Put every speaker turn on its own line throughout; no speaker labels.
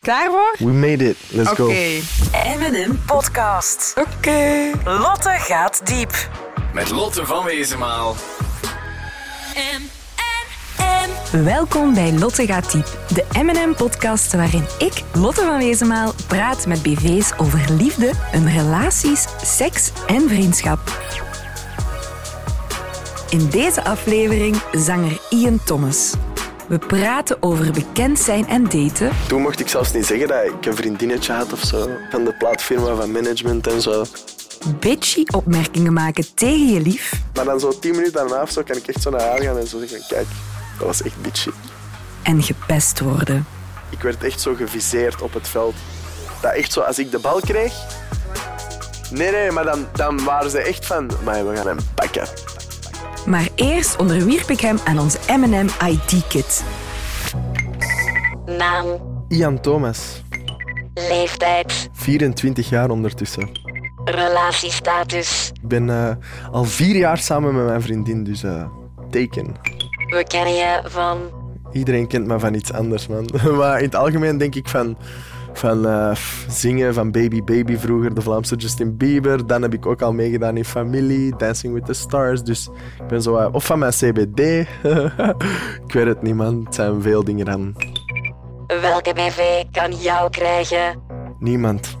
Klaar voor?
We made it. Let's
Oké.
go.
M&M Podcast.
Oké.
Lotte gaat diep.
Met Lotte van Wezenmaal.
Welkom bij Lotte gaat diep, de M&M podcast waarin ik, Lotte van Wezenmaal, praat met BV's over liefde, hun relaties, seks en vriendschap. In deze aflevering zanger Ian Thomas. We praten over bekend zijn en daten,
Toen mocht ik zelfs niet zeggen dat ik een vriendinnetje had of zo. Van de plaatfirma, van management en zo.
bitchy opmerkingen maken tegen je lief
Maar dan zo tien minuten daarna of zo kan ik echt zo naar haar gaan en zo zeggen: Kijk, dat was echt bitchy.
en gepest worden.
Ik werd echt zo geviseerd op het veld. Dat echt zo, als ik de bal kreeg. Nee, nee, maar dan, dan waren ze echt van: Maar we gaan hem pakken.
Maar eerst onderwierp ik hem aan onze M&M ID-kit.
Naam,
Ian Thomas,
leeftijd,
24 jaar ondertussen.
relatiestatus.
Ik ben eh, al vier jaar samen met mijn vriendin, dus teken.
We kennen je van
Iedereen kent me van iets anders, man. Maar in het algemeen denk ik van, van eh, f- zingen, van Baby Baby vroeger, de Vlaamse Justin Bieber. Dan heb ik ook al meegedaan in Familie, Dancing with the Stars. Dus ik ben zo... wat- of van mijn CBD. ik weet het niet, man. Het zijn veel dingen dan.
welke BV kan jou krijgen?
Niemand.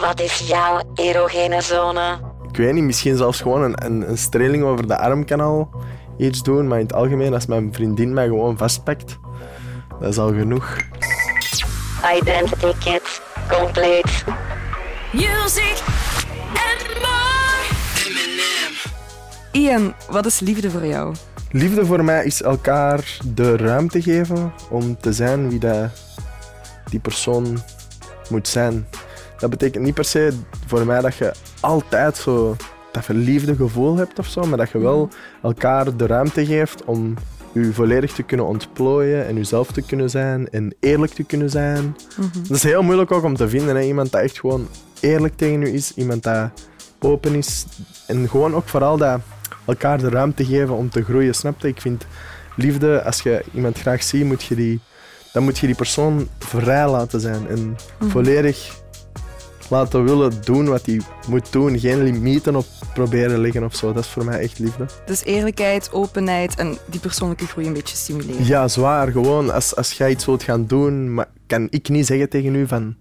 Wat is jouw erogene zone?
Ik weet niet, misschien zelfs gewoon een, een, een streling over de armkanaal iets doen. Maar in het algemeen, als mijn vriendin mij gewoon vastpakt, dat is al genoeg.
Identity kit, compleet.
Music and more. Ian, wat is liefde voor jou?
Liefde voor mij is elkaar de ruimte geven om te zijn wie dat die persoon moet zijn. Dat betekent niet per se voor mij dat je altijd zo dat verliefde gevoel hebt of zo, maar dat je wel elkaar de ruimte geeft om je volledig te kunnen ontplooien en jezelf te kunnen zijn en eerlijk te kunnen zijn. Dat is heel moeilijk ook om te vinden. Hè? Iemand dat echt gewoon eerlijk tegen u is, iemand dat open is en gewoon ook vooral dat elkaar de ruimte geven om te groeien. Snap je? Ik vind liefde, als je iemand graag ziet, moet je die, dan moet je die persoon vrij laten zijn en volledig laten willen doen wat hij moet doen. Geen limieten op proberen leggen of zo. Dat is voor mij echt liefde.
Dus eerlijkheid, openheid en die persoonlijke groei een beetje stimuleren.
Ja, zwaar. Gewoon als, als jij iets wilt gaan doen, maar kan ik niet zeggen tegen u van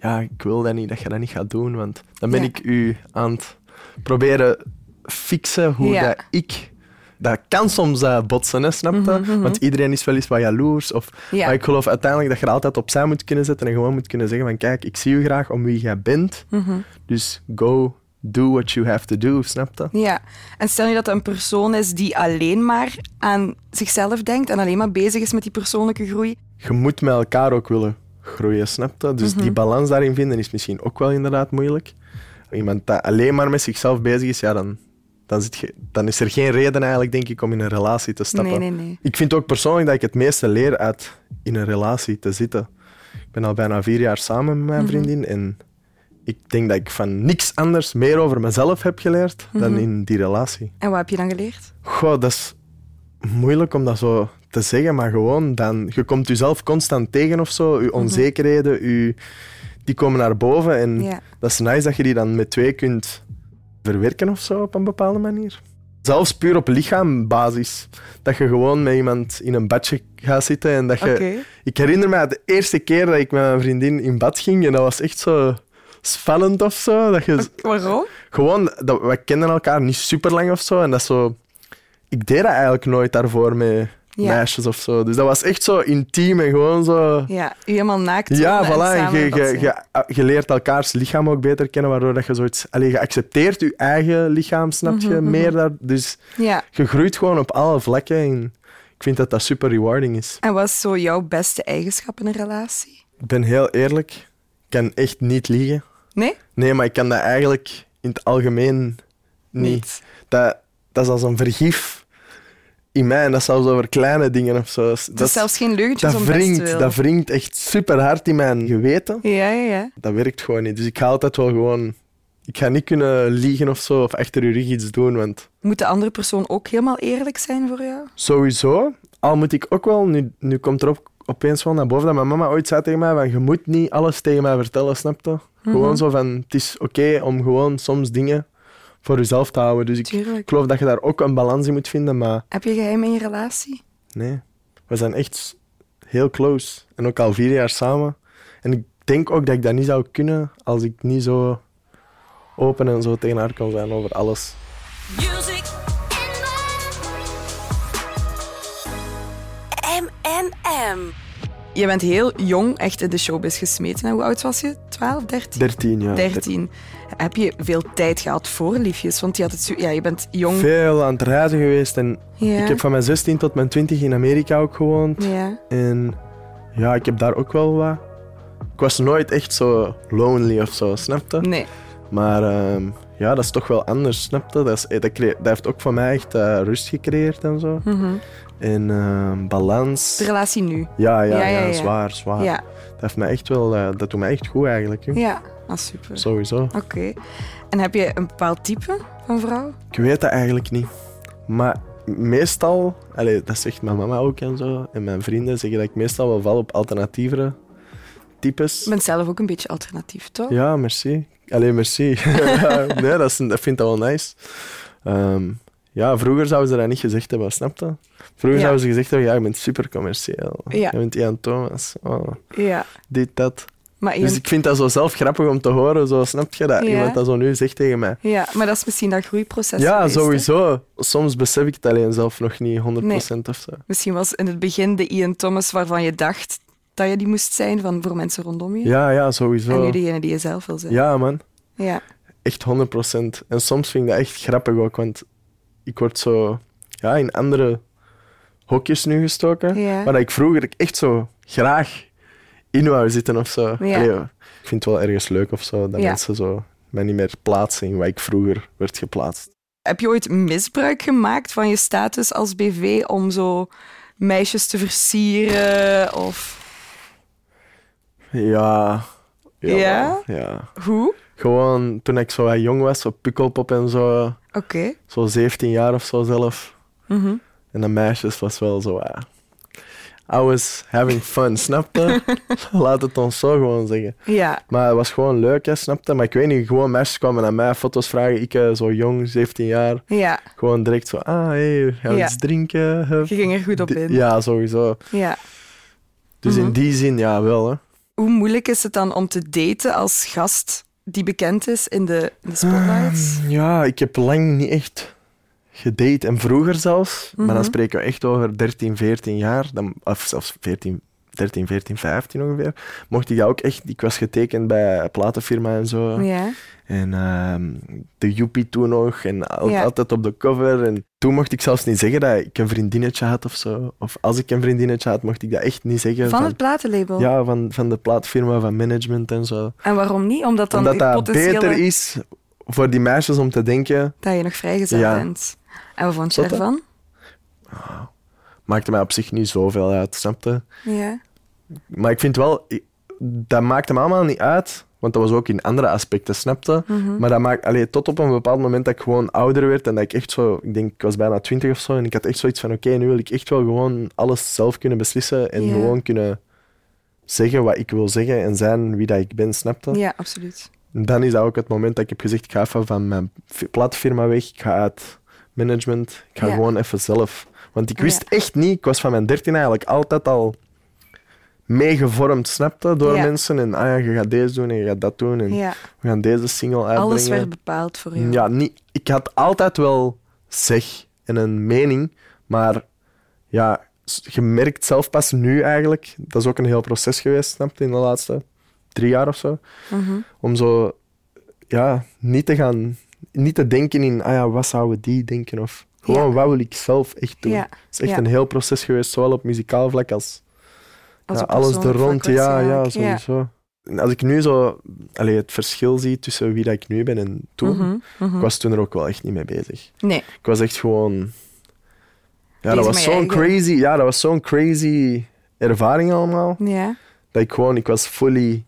ja, ik wil dat niet, dat je dat niet gaat doen, want dan ben
Ja.
ik u aan het proberen fixen hoe
Ja.
dat ik. Dat kan soms eh, botsen, hè, snap je? Want iedereen is wel eens wat jaloers. Of,
Mhm, Ja.
Maar ik geloof uiteindelijk dat je er altijd opzij moet kunnen zetten en gewoon moet kunnen zeggen van kijk, ik zie u graag om wie jij bent.
Mhm.
Dus go do what you have to do, snap je?
Ja. En stel je dat dat een persoon is die alleen maar aan zichzelf denkt en alleen maar bezig is met die persoonlijke groei.
je moet met elkaar ook willen groeien, snap je? Dus
Mhm.
die balans daarin vinden is misschien ook wel inderdaad moeilijk. Iemand dat alleen maar met zichzelf bezig is, ja, dan, dan, zit je, dan is er geen reden eigenlijk, denk ik, om in een relatie te stappen.
Nee, nee, nee.
Ik vind ook persoonlijk dat ik het meeste leer uit in een relatie te zitten. Ik ben al bijna vier jaar samen met mijn
Mhm.
vriendin en ik denk dat ik van niks anders meer over mezelf heb geleerd
Mhm.
dan in die relatie.
En wat heb je dan geleerd?
Goh, dat is moeilijk om dat zo te zeggen, maar gewoon dan... Je komt jezelf constant tegen of zo.
Mhm.
Je onzekerheden, je- die komen naar boven. En
Ja.
dat is nice dat je die dan met twee kunt verwerken of zo, op een bepaalde manier. Zelfs puur op lichaambasis. Dat je gewoon met iemand in een badje gaat zitten en dat je...
Oké.
Ik herinner me de eerste keer dat ik met mijn vriendin in bad ging en dat was echt zo spannend of zo. Dat je
Waarom?
gewoon, dat, we kennen elkaar niet super lang of zo. En dat is zo. Ik deed dat eigenlijk nooit daarvoor met
Ja.
meisjes of zo. Dus dat was echt zo intiem en gewoon zo.
Ja, u helemaal naakt.
Ja,
tonen en
voilà. En
samen
je,
dat
je,
zijn.
je, je leert elkaars lichaam ook beter kennen, waardoor dat je zoiets. Allee, je accepteert je eigen lichaam, snap je?
Mhm,
Meer daar. Dus
Ja.
je groeit gewoon op alle vlakken. En ik vind dat dat super rewarding is.
En wat is zo jouw beste eigenschap in een relatie?
Ik ben heel eerlijk. Ik kan echt niet liegen.
Nee?
Nee, maar ik kan dat eigenlijk in het algemeen niet.
Niet.
Dat, dat is als een vergif in mij. En dat is zelfs over kleine dingen of zo. Dat,
Dat is zelfs geen leugentjes
dat
om best te
wringt,
willen.
dat wringt echt super hard in mijn geweten.
Ja, ja, ja.
Dat werkt gewoon niet. Dus ik ga altijd wel gewoon... Ik ga niet kunnen liegen of zo, of achter je rug iets doen, want...
Moet de andere persoon ook helemaal eerlijk zijn voor jou?
Sowieso. Al moet ik ook wel, nu, nu komt er ook, opeens wel naar boven dat mijn mama ooit zei tegen mij van je moet niet alles tegen mij vertellen, snap je?
Mhm.
Gewoon zo van het is oké om gewoon soms dingen voor jezelf te houden. Dus ik,
Tuurlijk.
ik geloof dat je daar ook een balans in moet vinden, maar
Heb je geheim in je relatie?
nee. We zijn echt heel close. En ook al vier jaar samen. En ik denk ook dat ik dat niet zou kunnen als ik niet zo open en zo tegen haar kan zijn over alles.
Music in
M&M.
Je bent heel jong echt in de showbiz gesmeten. En hoe oud was je? 12, 13?
13 jaar.
13. Heb je veel tijd gehad voor liefjes? Want je, had het zo- ja, je bent jong.
Veel aan het reizen geweest en
Ja.
ik heb van mijn 16 tot mijn 20 in Amerika ook gewoond.
ja.
En ja, ik heb daar ook wel wat. Ik was nooit echt zo lonely of zo, snap je?
Nee.
Maar ehm, ja, dat is toch wel anders, snap je? Dat, is, eh, dat, creë- dat heeft ook voor mij echt eh, rust gecreëerd en zo.
Mhm.
En ehm, balans.
De relatie nu.
Ja ja,
Ja,
ja,
ja, ja.
zwaar, zwaar.
Ja.
Dat, heeft mij echt wel, eh, dat doet mij echt goed eigenlijk. joh.
Ja. Ah, super.
Sowieso.
Oké. En heb je een bepaald type van vrouw?
Ik weet dat eigenlijk niet. Maar meestal, allee, dat zegt mijn mama ook en zo, en mijn vrienden zeggen dat ik meestal wel val op alternatievere types.
Je bent zelf ook een beetje alternatief, toch?
Ja, merci. Alleen merci. nee, dat, is, dat vind ik wel nice. Ehm, ja, vroeger zouden ze dat niet gezegd hebben, snap je? Vroeger
Ja.
zouden ze gezegd hebben, ja, je bent super commercieel.
Ja.
Je bent Ian Thomas. Oh,
Ja.
dit, dat.
Maar,
Dus
je-
ik vind dat zo zelf grappig om te horen, zo, snap je? Dat
Ja.
iemand dat zo nu zegt tegen mij.
ja, maar dat is misschien dat groeiproces
Ja,
geweest, hè?
sowieso. Soms besef ik het alleen zelf nog niet, 100% of zo.
Misschien was in het begin de Ian Thomas waarvan je dacht dat je die moest zijn van, voor mensen rondom je.
Ja, ja,
En
sowieso.
nu degene die je zelf wil zijn.
Ja, man.
Ja.
Echt 100%. En soms vind ik dat echt grappig ook, want ik word zo ja, in andere hokjes nu gestoken.
Ja.
Maar dat ik vroeger echt zo graag in wou zitten of zo.
Ja.
Allee, ik vind het wel ergens leuk of zo, dat
Ja.
mensen zo mij niet meer plaatsen in waar ik vroeger werd geplaatst.
Heb je ooit misbruik gemaakt van je status als BV om zo meisjes te versieren? Of
Ja.
Ja?
wel, ja.
hoe?
Gewoon toen ik zo wat jong was, op Pukkelpop en zo.
Oké.
zo 17 jaar of zo zelf.
Mhm.
En de meisjes was wel zo. ah, I was having fun, snapte? Laat het ons zo gewoon zeggen.
Ja.
Maar het was gewoon leuk, hè, snapte? Maar ik weet niet, gewoon meisjes kwamen aan mij foto's vragen. Ik eh, zo jong, 17 jaar.
Ja.
Gewoon direct zo, ah, hey, gaan we
Ja.
iets drinken? Hup.
Je ging er goed op
Di-
in. Mhm.
Ja, sowieso.
Ja.
Dus in die zin, ja, wel. Hè.
Hoe moeilijk is het dan om te daten als gast die bekend is in de, in de spotlights?
Mm, Ja, ik heb lang niet echt gedate. En vroeger zelfs, maar
Mhm.
dan spreken we echt over 13, 14 jaar. Dan, of zelfs 14, 13, 14, 15 ongeveer. Mocht ik dat ook echt... Ik was getekend bij platenfirma en zo.
Ja.
En ehm, de Joepie toen nog. En al-
Ja.
altijd op de cover. En toen mocht ik zelfs niet zeggen dat ik een vriendinnetje had of zo. Of als ik een vriendinnetje had, mocht ik dat echt niet zeggen.
Van het platenlabel.
ja, van, van de plaatfirma, van management en zo.
En waarom niet? Omdat dan
Omdat
je
dat
potentiële...
beter is voor die meisjes om te denken...
dat je nog vrijgezel
Ja.
bent. En wat vond je
Zot, hè?
daarvan?
maakte mij op zich niet zoveel uit, snapte?
Ja.
Maar ik vind wel, i- dat maakte me allemaal niet uit, want dat was ook in andere aspecten, snapte?
Mhm.
Maar dat maakt, allee, tot op een bepaald moment dat ik gewoon ouder werd en dat ik echt zo, ik denk, ik was bijna twintig of zo, en ik had echt zoiets van, oké, nu wil ik echt wel gewoon alles zelf kunnen beslissen en
Ja.
gewoon kunnen zeggen wat ik wil zeggen en zijn wie dat ik ben, snapte?
ja, absoluut.
Dan is dat ook het moment dat ik heb gezegd, ik ga even van mijn f- platfirma weg, ik ga uit management, ik ga
Ja.
gewoon even zelf. Want ik
Ja.
wist echt niet, ik was van mijn dertien eigenlijk altijd al meegevormd, snapte, door
Ja.
mensen. En ah ja, je gaat deze doen en je gaat dat doen en
Ja.
we gaan deze single uitbrengen.
Alles werd bepaald voor jou.
Ja, niet, ik had altijd wel zeg en een mening, maar ja, s- je merkt zelf pas nu eigenlijk, dat is ook een heel proces geweest, snap je, in de laatste drie jaar of zo,
Mhm.
om zo ja, niet te gaan, niet te denken in, ah ja, wat zouden die denken of gewoon
Ja.
wat wil ik zelf echt doen.
Ja,
Het is echt
ja.
een heel proces geweest, zowel op muzikaal vlak als
Als
ja,
een
alles er
persoonlijk
rond,
vlak
ja, ja,
waarschijnlijk.
sowieso. En Als ik nu zo allee, het verschil zie tussen wie dat ik nu ben en toen,
Mhm,
ik was toen er ook wel echt niet mee bezig.
Nee.
Ik was echt gewoon... Ja,
Bezig
dat was
met
zo'n
je eigen.
crazy, ja, dat was zo'n crazy ervaring allemaal.
Ja.
Dat ik gewoon, ik was fully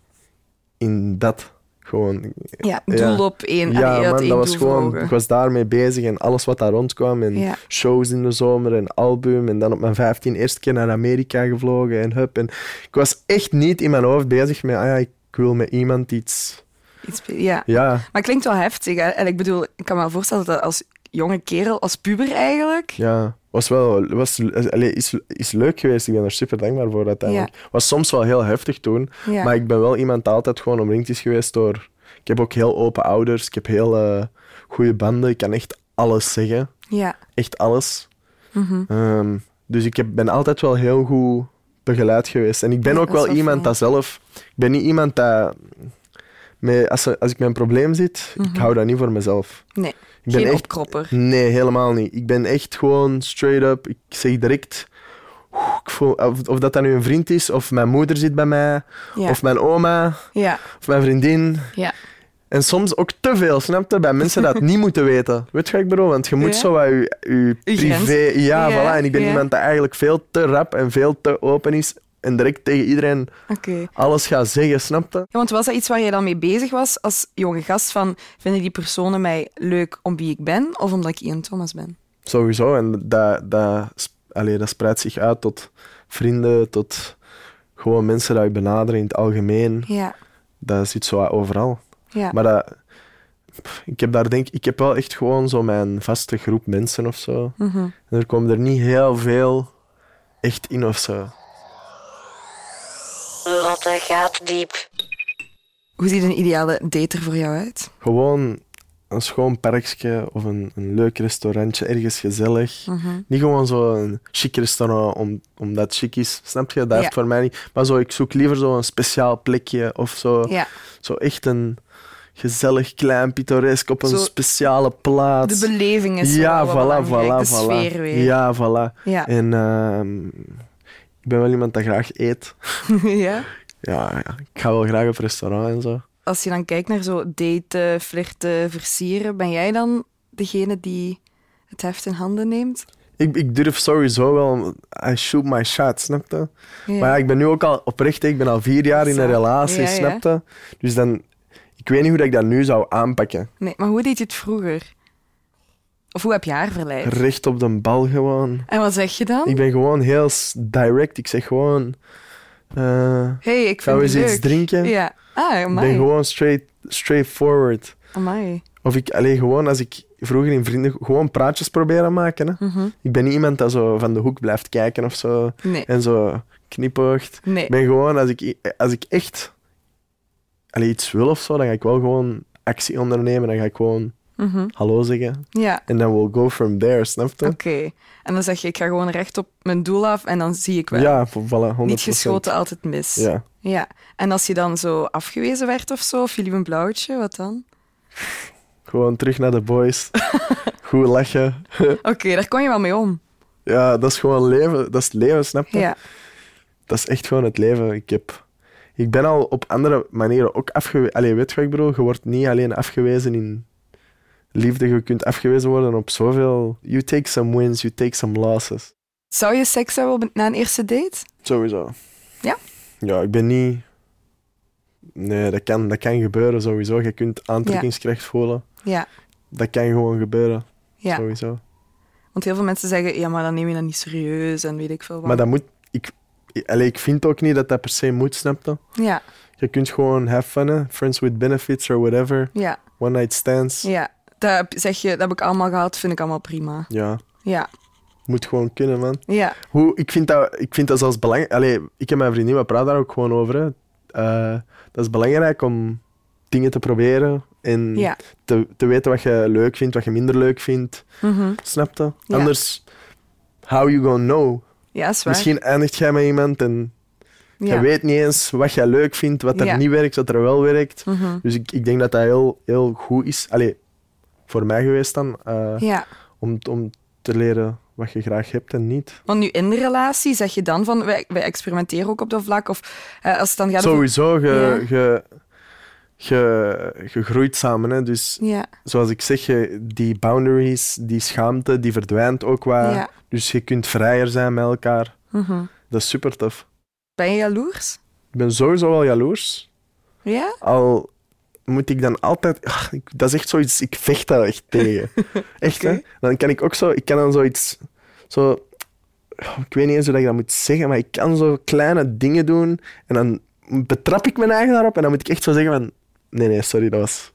in dat. Gewoon,
Ja, doel
Ja.
op één.
ja,
allee, uit
man,
één
dat
doel
was gewoon,
voor
ik
ogen.
was daarmee bezig en alles wat daar rondkwam. En
Ja.
shows in de zomer en album. En dan op mijn 15 eerste keer naar Amerika gevlogen en hup. En ik was echt niet in mijn hoofd bezig met, ah ja, ik wil met iemand iets.
Iets, ja.
Ja,
Maar het klinkt wel heftig. Hè? En ik bedoel, ik kan me wel voorstellen dat als jonge kerel, als puber eigenlijk...
ja. Was wel, was, allee, is, is leuk geweest. Ik ben er super dankbaar voor uiteindelijk. Was soms wel heel heftig toen.
Ja.
Maar ik ben wel iemand die altijd gewoon omringd is geweest door. Ik heb ook heel open ouders. Ik heb heel eh, goede banden. Ik kan echt alles zeggen.
Ja.
echt alles.
Mhm.
Ehm, dus ik heb, ben altijd wel heel goed begeleid geweest. En ik ben
Ja,
ook
dat is
wel
wel
iemand
fijn.
dat zelf... Ik ben niet iemand dat... Met, als, er- als ik met een probleem zit,
Mhm.
ik hou dat niet voor mezelf.
Nee,
Ik ben
geen
echt...
opkropper.
Nee, helemaal niet. Ik ben echt gewoon straight up. Ik zeg direct... "Oeh, Ik voel, of, of dat dan nu een vriend is, of mijn moeder zit bij mij,
Ja.
of mijn oma,
Ja.
of mijn vriendin.
Ja.
En soms ook te veel, snap je? Bij mensen dat niet moeten weten. Weet je wat ik bedoel? Want je moet
Ja.
zo wat je, je
Je
privé...
grens.
Ja,
Ja,
voilà. En ik ben
ja.
iemand dat eigenlijk veel te rap en veel te open is. En direct tegen iedereen
Oké.
alles gaat zeggen, snap je?
Ja, want was dat iets waar jij dan mee bezig was als jonge gast? Van, vinden die personen mij leuk om wie ik ben of omdat ik Ian Thomas ben?
Sowieso. En dat, dat, sp- allee, dat spreidt zich uit tot vrienden, tot gewoon mensen die je benaderen in het algemeen.
Ja.
Dat zit zo wat overal.
Ja.
Maar dat, pff, ik heb daar denk ik heb wel echt gewoon zo mijn vaste groep mensen of zo.
Mhm.
En er komen er niet heel veel echt in of zo.
Lotte gaat diep.
Hoe ziet een ideale date er voor jou uit?
Gewoon een schoon parkje of een, een leuk restaurantje, ergens gezellig.
Mhm.
Niet gewoon zo'n chic restaurant om, omdat het chic is. Snap je? Dat
Ja.
heeft voor mij niet. Maar zo, ik zoek liever zo'n speciaal plekje of zo.
Ja.
Zo echt een gezellig, klein, pittoresk op een
Zo-
speciale plaats.
De beleving is
ja,
wel wat
voilà,
belangrijk,
voilà,
de
voilà.
sfeer weer.
Ja, voilà.
Ja.
En ehm, ik ben wel iemand dat graag eet.
ja.
Ja, ja, ik ga wel graag op restaurant en zo.
Als je dan kijkt naar zo daten, flirten, versieren, ben jij dan degene die het heft in handen neemt?
Ik, ik durf sowieso wel... I shoot my shot, snap je?
Ja.
Maar ja, ik ben nu ook al oprecht, hè, ik ben al vier jaar in
Zo.
een relatie,
Ja, ja.
snap je? Dus dan... Ik weet niet hoe dat ik dat nu zou aanpakken.
Nee, maar hoe deed je het vroeger? Of hoe heb je haar verleid?
Recht op de bal gewoon.
En wat zeg je dan?
Ik ben gewoon heel s- direct. Ik zeg gewoon... eh,
hey, ik
Gaan
vind het
we eens
leuk.
iets drinken?
Ja. Ah,
ik ben
amai.
gewoon straight, straight forward.
Amai.
Of ik alleen gewoon als ik vroeger in vrienden gewoon praatjes proberen maken. Hè. Ik ben niet iemand dat zo van de hoek blijft kijken of zo.
Mhm. Nee.
En zo knipoogt.
Nee.
Ik ben gewoon als ik, als ik echt allee, iets wil of zo, dan ga ik wel gewoon actie ondernemen. Dan ga ik gewoon hallo zeggen.
Ja.
En dan we'll go from there, snap je?
Mhm. Oké. En dan zeg je, ik ga gewoon recht op mijn doel af en dan zie ik wel.
Ja, vo- voilà, 100%.
Niet geschoten, altijd mis.
Ja.
ja. En als je dan zo afgewezen werd of zo, of je liep een blauwtje, wat dan?
Gewoon terug naar de boys. Goed lachen.
Oké, daar kon je wel mee om.
Ja, dat is gewoon leven. Dat is het leven, snap je?
Ja.
dat is echt gewoon het leven. Ik, heb, ik ben al op andere manieren ook afgewezen. Allee, weet je wat ik bedoel? Je wordt niet alleen afgewezen in liefde. Je kunt afgewezen worden op zoveel... You take some wins, you take some losses.
Zou je seks hebben op- na een eerste date?
Sowieso.
Ja?
Ja, ik ben niet... Nee, dat kan, dat kan gebeuren sowieso. Je kunt aantrekkingskracht voelen.
Ja.
Dat kan gewoon gebeuren,
ja.
sowieso.
Want heel veel mensen zeggen, ja, maar dan neem je dat niet serieus en weet ik veel wat.
Maar dat moet... Ik, allee, ik vind ook niet dat dat per se moet, snap je?
Ja,
Je kunt gewoon have fun, hè. friends with benefits or whatever.
ja,
One night stands.
ja. Dat, heb- zeg je, dat heb ik allemaal gehad, vind ik allemaal prima.
Ja,
Ja,
moet gewoon kunnen, man.
ja,
Hoe, ik, vind dat, ik vind dat zelfs belangrijk. Allee, ik en mijn vriendin, we praten daar ook gewoon over. Hè. Eh, dat is belangrijk om dingen te proberen en
Ja.
te, te weten wat je leuk vindt, wat je minder leuk vindt.
Mhm.
Snap je?
Ja.
Anders, how you gonna know?
ja, is waar.
Misschien eindigt jij met iemand en
ja.
je weet niet eens wat jij leuk vindt, wat er
Ja. Mhm.
niet werkt, wat er wel werkt. Dus ik, ik denk dat dat heel, heel goed is. Allee, voor mij geweest dan. eh,
Ja,
om, om te leren wat je graag hebt en niet.
want nu in de relatie zeg je dan van, wij, wij experimenteren ook op dat vlak. Of eh, als het dan gaat over-
Sowieso, je,
Ja.
je, je, je groeit samen. Hè? Dus
Ja,
zoals ik zeg, je- die boundaries, die schaamte, die verdwijnt ook wel.
Ja.
Dus je kunt vrijer zijn met elkaar. Dat is super tof.
ben je jaloers?
Ik ben sowieso wel jaloers.
Ja?
Al moet ik dan altijd... Ah, ik- dat is echt zoiets, ik vecht daar echt tegen. Echt, hè? Dan kan ik ook zo... Ik kan dan zoiets... Zo, ik weet niet eens hoe dat ik dat moet zeggen, maar ik kan zo kleine dingen doen en dan betrap ik mijn eigen daarop en dan moet ik echt zo zeggen van... Nee, nee, sorry, dat was...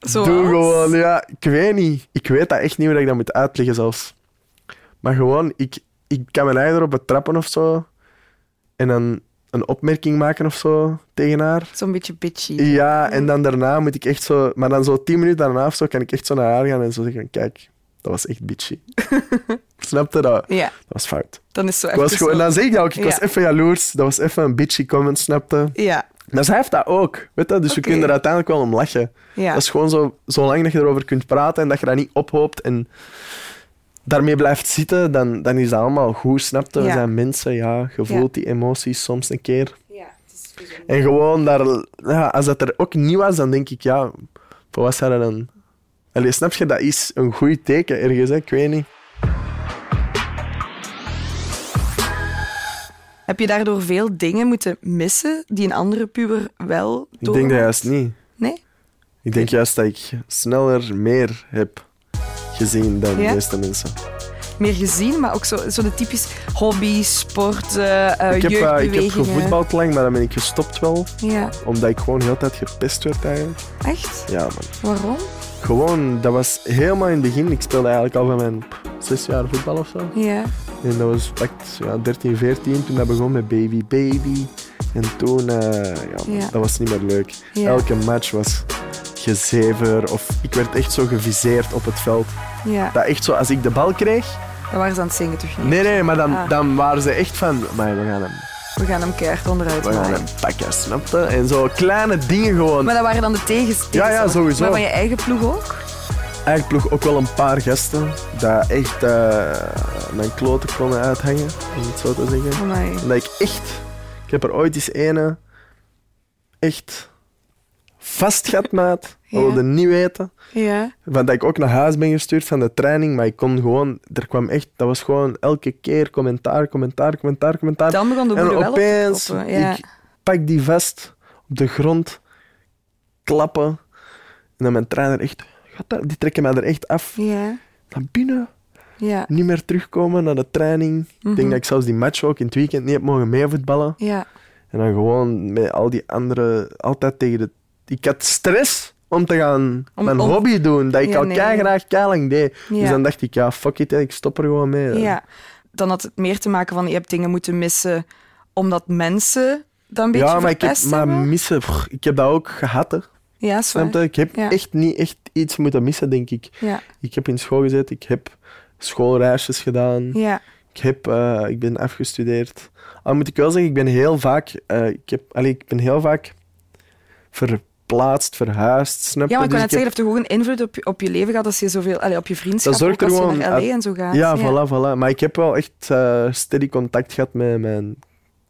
Zoals?
Doe gewoon, ja. Ik weet niet. Ik weet dat echt niet hoe dat ik dat moet uitleggen zelfs. Maar gewoon, ik, ik kan mijn eigen erop betrappen of zo. En dan een opmerking maken of zo tegen haar.
Zo'n beetje bitchy.
Ja, en dan daarna moet ik echt zo... Maar dan zo tien minuten daarna of zo kan ik echt zo naar haar gaan en zo zeggen... Kijk, dat was echt bitchy. Snap je dat?
Ja,
Dat was fout.
dan is zo
Ik
even
was gewoon,
zo-
dan zeg ik dat ook. Ik
Ja.
was even jaloers. Dat was even een bitchy comment, snapte.
Ja,
Maar zij heeft dat ook. Weet je? Dus je
Oké.
kunt er uiteindelijk wel om lachen.
ja.
Dat is gewoon zo, zolang dat je erover kunt praten en dat je dat niet ophoopt en daarmee blijft zitten, dan, dan is dat allemaal goed, snap je? We
Ja.
zijn mensen, ja. Je voelt die emoties soms een keer.
Ja, het is dus gezond.
En gewoon daar, ja, als dat er ook niet was, dan denk ik, ja, voor wat zou dat dan... Allee, snap je, dat is een goed teken ergens, hè? ik weet niet.
Heb je daardoor veel dingen moeten missen die een andere puber wel
Ik denk dat
doormaakt?
juist niet.
Nee?
Ik denk juist dat ik sneller meer heb gezien dan
Ja? Oh,
de meeste mensen.
Meer gezien, maar ook zo, zo de typisch hobby's, sporten, eh
ik, heb, eh, ik
jeugdbewegingen.
heb gevoetbald lang, maar dan ben ik gestopt wel.
Ja,
Omdat ik gewoon heel de tijd gepest werd eigenlijk.
echt?
Ja, man.
Waarom?
Gewoon, dat was helemaal in het begin. Ik speelde eigenlijk al van mijn zes jaar voetbal of zo.
Ja.
En dat was echt ja, 13, 14 toen dat begon met Baby Baby. En toen, eh, ja,
Ja.
dat was niet meer leuk.
Ja.
Elke match was gezever of ik werd echt zo geviseerd op het veld.
Ja,
Dat echt zo, als ik de bal kreeg...
dan waren ze aan het zingen toch niet?
Nee, nee, maar dan,
Ah.
dan waren ze echt van... Maar we gaan hem,
We gaan hem keihard onderuit
we gaan
maken.
hem pakken, snap je? En zo kleine dingen gewoon.
Maar dat waren dan de tegens.
Ja, ja, sowieso.
Maar van je eigen ploeg ook?
Eigenlijk ploeg ook wel een paar gasten dat echt eh, mijn kloten konden uithangen, om het zo te zeggen.
Amai.
En dat ik echt, ik heb er ooit eens ene echt vast gehad, maat. Dat
Ja.
wilde niet weten.
Ja.
Want dat ik ook naar huis ben gestuurd van de training, maar ik kon gewoon, er kwam echt, dat was gewoon elke keer commentaar, commentaar, commentaar, commentaar.
Dan begon de
en
woede wel op
opeens,
te kloppen, ja.
ik pak die vast op de grond, klappen. En dan mijn trainer echt, gaat dat? die trekken mij er echt af
Ja.
naar binnen,
Ja.
niet meer terugkomen naar de training. Ik
Mhm.
denk dat ik zelfs die match ook in het weekend niet heb mogen meevoetballen.
Ja.
En dan gewoon met al die anderen altijd tegen de... Ik had stress om te gaan
Om-
mijn
om-
hobby doen, dat ik
Ja,
al
nee.
graag keilang deed.
Ja.
Dus dan dacht ik, ja, fuck it, hè, ik stop er gewoon mee.
Ja. Dan had het meer te maken van je hebt dingen moeten missen omdat mensen dan een beetje
Ja, maar, ik heb,
verpest
maar
hebben.
missen, pff, ik heb dat ook gehad. Hè.
Ja, is
Snap
waar.
je? Ik heb
Ja.
echt niet echt iets moeten missen, denk ik.
Ja.
Ik heb in school gezeten, ik heb schoolreisjes gedaan.
Ja.
Ik, heb, eh, ik ben afgestudeerd. Al moet ik wel zeggen, ik ben heel vaak, eh, ik heb, allee, ik ben heel vaak verplaatst, verhuisd, snap je?
Ja, maar ik
Dus
kan net zeggen, heeft
heb-
toch gewoon invloed op je, op je leven gehad als je zoveel, allee, op je vriendschap,
Dat zorgt
ook
er
als je
gewoon
naar LA
uit-
en zo gaat.
ja, voilà, voilà. Maar ik heb wel echt eh, steady contact gehad met mijn,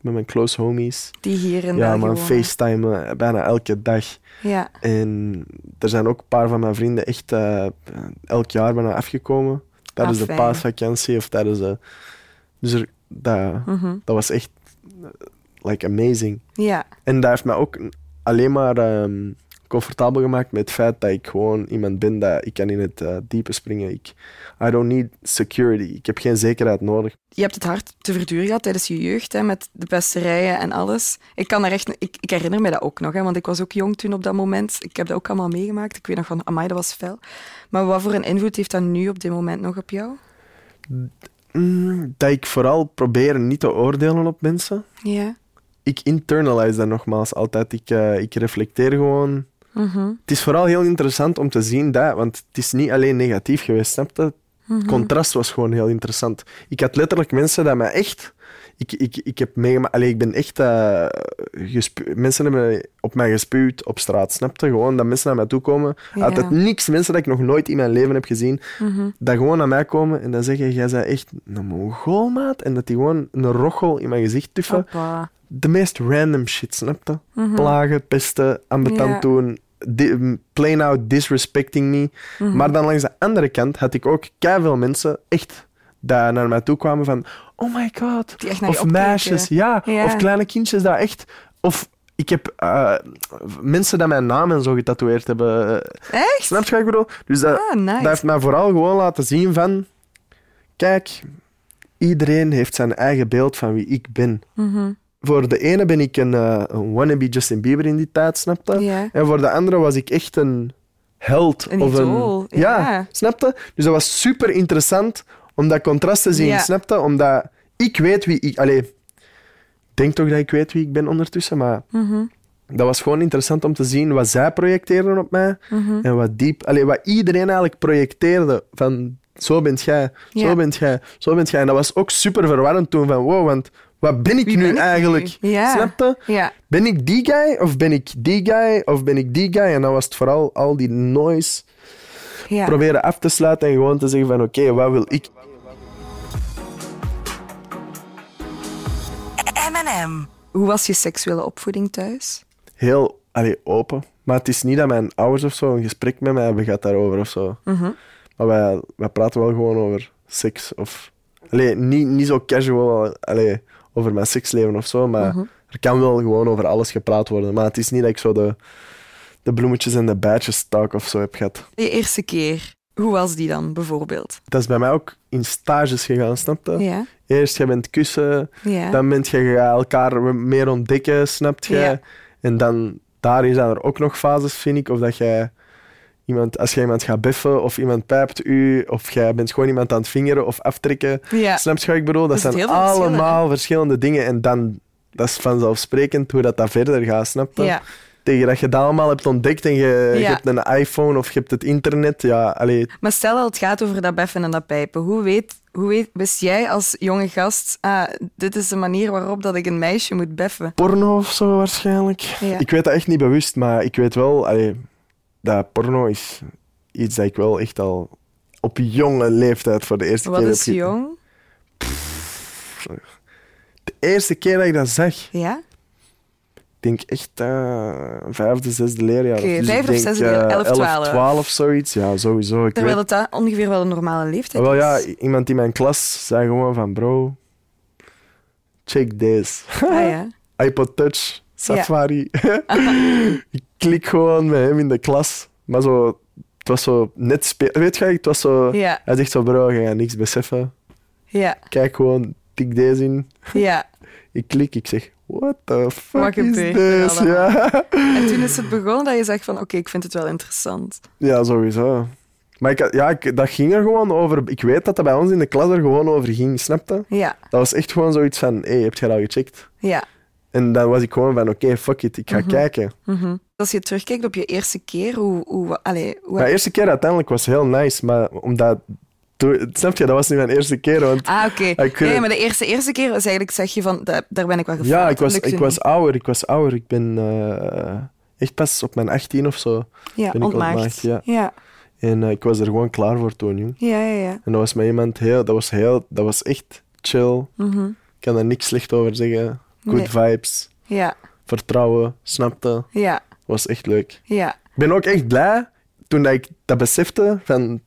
met mijn close homies.
Die hier in
ja,
België
man,
wonen.
facetimen eh, bijna elke dag.
Ja,
En er zijn ook een paar van mijn vrienden echt eh, elk jaar bijna afgekomen. Tijdens
Ah,
de
fijn.
paasvakantie of tijdens de... Dus er, dat,
Mhm.
dat was echt eh, like amazing.
ja,
En dat heeft mij ook alleen maar ehm, comfortabel gemaakt met het feit dat ik gewoon iemand ben dat ik kan in het eh, diepe springen. Ik, I don't need security. Ik heb geen zekerheid nodig.
je hebt het hard te verduren gehad tijdens je jeugd, hè, met de pesterijen en alles. Ik, kan er echt, ik, ik herinner me dat ook nog, hè, want ik was ook jong toen op dat moment. Ik heb dat ook allemaal meegemaakt. Ik weet nog van, amai, dat was fel. Maar wat voor een invloed heeft dat nu op dit moment nog op jou?
Mm, dat ik vooral probeer niet te oordelen op mensen.
Ja,
Ik internalize dat nogmaals altijd. Ik, eh, ik reflecteer gewoon.
Mhm.
Het is vooral heel interessant om te zien dat, want het is niet alleen negatief geweest, snap je?
Mhm.
Het contrast was gewoon heel interessant. Ik had letterlijk mensen dat mij echt. Ik, ik, ik heb meegemaakt. Allee, ik ben echt. eh, gespu- mensen hebben op mij gespuwd op straat, snap je? Gewoon dat mensen naar mij toe komen.
Ja. Mhm.
Uit het niks, mensen dat ik nog nooit in mijn leven heb gezien, dat gewoon naar mij komen en dan zeggen: Jij bent echt een mongool, maat. En dat die gewoon een rochel in mijn gezicht tuffen
papa.
de meest random shit, snap je? Plagen, pesten, ambetant
Mhm. Ja.
doen, di- m, plain out disrespecting me.
Mhm.
Maar dan langs de andere kant had ik ook veel mensen echt daar naar mij toe kwamen van... Oh my god.
Die echt naar je
of
opkeken.
meisjes, ja.
Ja.
Of kleine kindjes daar echt... Of ik heb eh, mensen die mijn naam en zo getatoeëerd hebben. Eh,
Echt?
Snap je wat ik bedoel? Dus dat,
Ah, nice.
dat heeft mij vooral gewoon laten zien van... Kijk, iedereen heeft zijn eigen beeld van wie ik ben.
Mhm.
Voor de ene ben ik een, eh, een wannabe Justin Bieber in die tijd, snap je?
Ja.
En voor de andere was ik echt een held.
Een
of
idool,
Een...
ja.
snap je? Dus dat was super interessant om dat contrast te zien,
Ja.
snap je? Omdat ik weet wie ik... Allee, ik denk toch dat ik weet wie ik ben ondertussen, maar... Dat was gewoon interessant om te zien wat zij projecteerden op mij.
Mhm.
En wat diep... Allee, wat iedereen eigenlijk projecteerde van... Zo bent jij,
Ja.
zo bent jij, zo bent jij. En dat was ook super verwarrend toen van... Wow, want wat ben ik
Wie
nu
ben ik nu?
eigenlijk?
Ja.
Snap je?
Ja.
ben ik die guy of ben ik die guy of ben ik die guy? En dan was het vooral al die noise
Ja.
proberen af te sluiten en gewoon te zeggen van oké, wat wil ik?
M&M.
Hoe was je seksuele opvoeding thuis?
Heel allee, open. Maar het is niet dat mijn ouders of zo een gesprek met mij hebben gehad daarover of zo. Maar wij, wij praten wel gewoon over seks of... Allee, niet, niet zo casual allee, over mijn seksleven of zo, maar er kan wel gewoon over alles gepraat worden. Maar het is niet dat ik zo de, de bloemetjes en de bijtjes taak of zo heb gehad.
Je eerste keer. Hoe was die dan, bijvoorbeeld?
dat is bij mij ook in stages gegaan, snap je?
Ja.
Eerst, je bent kussen,
Ja.
dan bent je je gaat elkaar meer ontdekken, snap je?
Ja.
En dan, daarin zijn er ook nog fases, vind ik, of dat jij iemand, als jij iemand gaat beffen, of iemand pijpt u, of jij bent gewoon iemand aan het vingeren of aftrekken,
Ja.
snap je wat ik bedoel? Dat,
Dus het
zijn
heel veel verschillen,
allemaal verschillende dingen en dan, dat is vanzelfsprekend hoe dat, dat verder gaat, snap je?
Ja.
Tegen dat je dat allemaal hebt ontdekt en je, je
Ja.
hebt een iPhone of je hebt het internet, ja, allee,
Maar stel dat het gaat over dat beffen en dat pijpen. Hoe weet, hoe weet wist jij als jonge gast, ah, dit is de manier waarop dat ik een meisje moet beffen?
porno of zo waarschijnlijk.
Ja.
Ik weet dat echt niet bewust, maar ik weet wel allee, dat porno is iets dat ik wel echt al op jonge leeftijd voor de eerste
Wat
keer
is
heb ge-
jong?
De eerste keer dat ik dat zag, ik
Ja?
denk echt eh, vijfde, zesde leerjaar.
Oké,
ik
vijfde of
denk,
zesde leerjaar,
eh,
elf, twaalf.
twaalf, zoiets. Ja, sowieso. Ik
Terwijl
weet...
het dat ongeveer wel een normale leeftijd
Wel ja,
is.
i- iemand in mijn klas zei gewoon van bro, check this.
Ah, ja.
iPod Touch, Safari. ik klik gewoon met hem in de klas. Maar zo, het was zo net speel. Weet je, het was zo.
Ja.
Hij zegt zo, bro, je gaat niks beseffen.
Ja,
Kijk gewoon, tik deze in.
ja.
Ik klik, ik zeg, what the fuck
Wat
is
gebeurt er
this?
allemaal?
Ja.
En toen is het begonnen dat je zegt van, oké, ik vind het wel interessant.
ja, sowieso. Maar ik, had- ja, ik, dat ging er gewoon over. Ik weet dat dat bij ons in de klas er gewoon over ging, snapte?
Ja,
Dat was echt gewoon zoiets van, hé, hey, heb jij dat al gecheckt?
ja.
En dan was ik gewoon van, oké, fuck it, ik ga
Mhm.
kijken.
Als je terugkijkt op je eerste keer, hoe... hoe, allee, hoe
Maar de eerste keer uiteindelijk was heel nice, maar omdat... toen- Snap je, dat was niet mijn eerste keer, want...
Ah, oké.
Ik, eh,
Nee, maar de eerste, eerste keer was eigenlijk, zeg je van, da- daar ben ik wel gefaald.
ja, ik was,
Lukte
ik was
niet.
ouder, ik was ouder. Ik ben eh, echt pas op mijn 18 of zo.
ja,
ben ik ontmaagd, ja.
ja,
En eh, ik was er gewoon klaar voor toen, jong.
ja, ja. ja.
En dat was met iemand heel... Dat was, heel, dat was echt chill.
Mhm.
Ik kan daar niks slecht over zeggen. Good vibes,
Ja,
vertrouwen, snapte.
ja,
was echt leuk.
ja.
Ik ben ook echt blij toen dat ik dat besefte. Van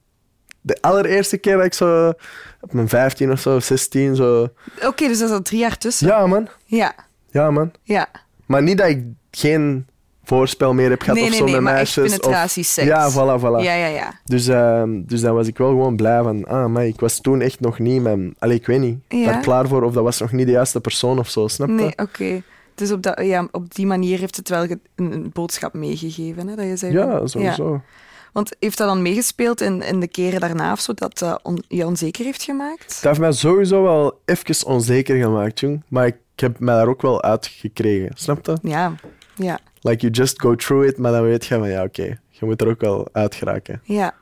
de allereerste keer dat ik zo op mijn 15 of zo, 16, zo.
Oké, dus dat zat drie jaar tussen.
Ja, man.
Ja,
Ja, man.
ja.
Maar niet dat ik geen voorspel meer heb gehad
nee,
of
nee,
zo
nee,
met
maar echt
meisjes.
penetratieseks.
Of... Ja, voilà, voilà.
Ja, ja, ja.
Dus, ehm, dus dan was ik wel gewoon blij van, ah, maar ik was toen echt nog niet, mijn, allee, ik weet niet,
Ja.
daar klaar voor of dat was nog niet de juiste persoon of zo, snap je?
Nee, oké. Dus op, dat, ja, op die manier heeft het wel ge- een, een boodschap meegegeven, hè, dat je zei.
Ja,
van-
sowieso.
Want heeft dat dan meegespeeld in, in de keren daarna of zo, dat dat on- je onzeker heeft gemaakt?
Dat heeft mij sowieso wel even onzeker gemaakt, jong. Maar ik heb mij daar ook wel uitgekregen, snap je?
Ja, ja,
Like, you just go through it, maar dan weet je van, ja, oké, je moet er ook wel uit geraken.
ja.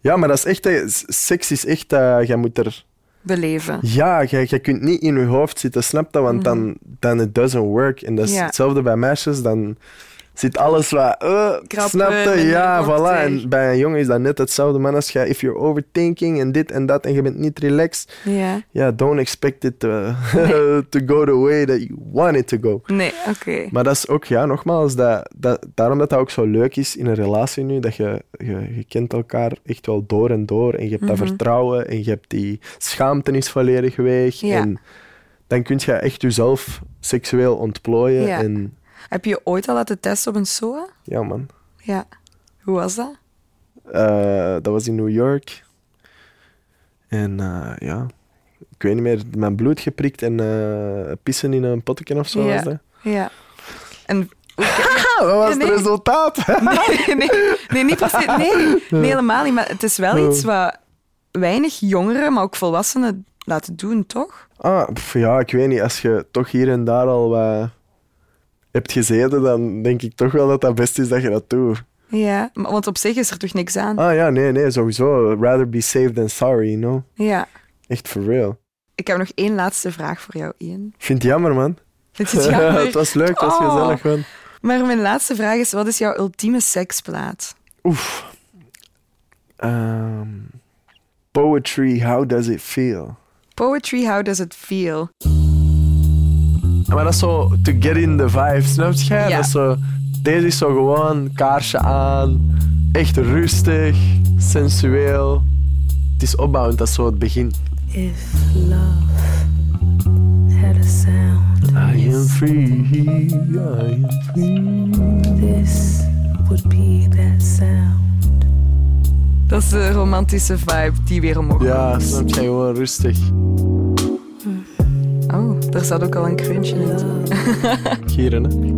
Ja, maar dat is echt, eh, s- seks is echt, eh, jij moet er...
Beleven.
Ja, jij, jij kunt niet in je hoofd zitten, snap dat? Want dan, dan it doesn't work. En dat is
Mhm. Ja.
hetzelfde bij meisjes, dan zit alles wat... eh,
Krappen
snap je?
en
Ja, voilà.
neerwaartig.
En bij een jongen is dat net hetzelfde, man. Als jij, if you're overthinking en dit en dat en je bent niet relaxed,
Ja.
ja, don't expect it to, to go the way that you want it to go.
Nee, oké.
Maar dat is ook, ja, nogmaals, dat, dat, daarom dat dat ook zo leuk is in een relatie nu, dat je, je, je kent elkaar echt wel door en door en je hebt
Mhm.
dat vertrouwen en je hebt die schaamte is volledig weg
Ja.
en dan kun je echt jezelf seksueel ontplooien
Ja.
en
Heb je je ooit al laten testen op een SOA?
Ja, man.
Ja. Hoe was dat?
Eh, dat was in New York. En eh, ja, ik weet niet meer, mijn bloed geprikt en eh, pissen in een potje of zo.
ja.
Was dat.
Ja. En...
Ah, wat was
Nee.
het resultaat?
Nee, nee, nee, niet per se- Nee, nee, helemaal niet. Maar het is wel iets wat weinig jongeren, maar ook volwassenen laten doen, toch?
ah, pff, ja, ik weet niet. Als je toch hier en daar al wat hebt gezeten, dan denk ik toch wel dat dat best is dat je dat doet.
Ja. Maar- Want op zich is er toch niks aan?
Ah ja, nee, nee, sowieso. Rather be safe than sorry, you know?
Ja.
Echt for real.
Ik heb nog één laatste vraag voor jou, Ian.
Ik vind het jammer, man.
Vind je het jammer?
het was leuk, het was
Oh.
gezellig, man.
Maar mijn laatste vraag is, wat is jouw ultieme seksplaat?
Oef. Ehm, poetry, how does it feel?
Poetry, how does it feel?
Maar dat is zo to get in the vibe, snap je?
Ja.
Dat is zo, deze is zo gewoon kaarsje aan, echt rustig, sensueel. Het is opbouwend, dat is zo het begin.
If love had a sound,
I am free, I am free.
this would be that sound.
Dat is de romantische vibe die weer omhoog
Ja,
komt.
snap je? Gewoon rustig.
Oh, daar zat ook al een crunch in.
Gieren, hè.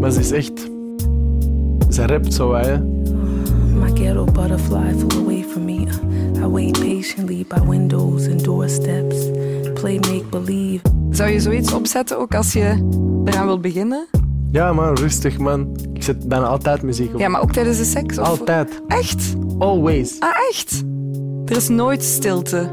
Maar ze is echt... Ze rapt zo, wat, hè.
My ghetto butterfly flew away from me. I wait patiently by windows and doorsteps. Play make believe.
Zou je zoiets opzetten ook als je eraan wilt beginnen?
Ja, man, rustig, man. Ik zet bijna altijd muziek op.
Ja, maar ook tijdens de seks? Of...
Altijd.
Echt?
Always.
Ah, echt? Er is nooit stilte.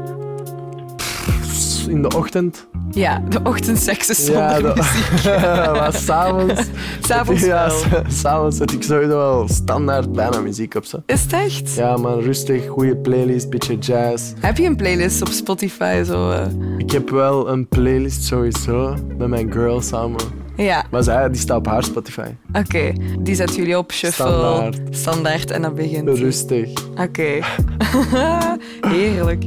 In de ochtend.
Ja, de ochtendseks is zonder
Ja, de-
muziek.
maar s'avonds.
S'avonds
ja,
wel.
s- s'avonds zet ik sowieso wel standaard bijna muziek op. Zo.
Is het echt?
Ja, man, rustig. Goede playlist, beetje jazz.
Heb je een playlist op Spotify? Zo, eh?
Ik heb wel een playlist sowieso met mijn girl samen.
Ja,
Maar zij, die staat op haar Spotify.
oké. Die zetten jullie op shuffle,
Standaard.
standaard en dan begint die.
Rustig.
Oké. Heerlijk.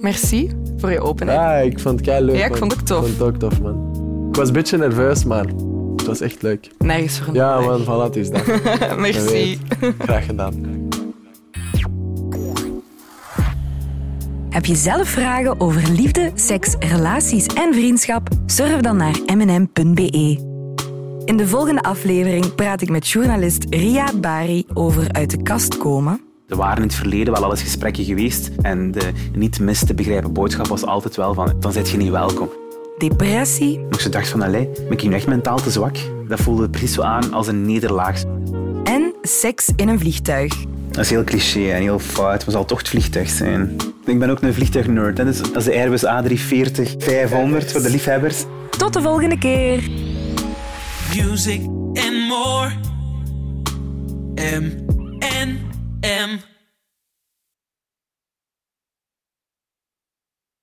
Merci voor je openheid.
Ja, ik vond het leuk.
Ja, ik vond het ook tof.
Ik vond het ook tof, man. Ik was een beetje nerveus, maar het was echt leuk.
Nergens voor
Ja,
nodig.
man, voilà, het is dat. Je
Merci.
weet. Graag gedaan.
Heb je zelf vragen over liefde, seks, relaties en vriendschap? Surf dan naar mnm.be. E. In de volgende aflevering praat ik met journalist Ria Bari over uit de kast komen.
Er waren in het verleden wel al eens gesprekken geweest en de niet mis te begrijpen boodschap was altijd wel van dan zit je niet welkom.
Depressie
Nog ze dacht van allee, ben ik nu echt mentaal te zwak? Dat voelde precies zo aan als een nederlaag.
en seks in een vliegtuig.
Dat is heel cliché en heel fout, maar zal toch het vliegtuig zijn. Ik ben ook een vliegtuignerd, hè, dus dat is de Airbus A340 500 voor de liefhebbers.
Tot de volgende keer!
Music and more. M, N, M.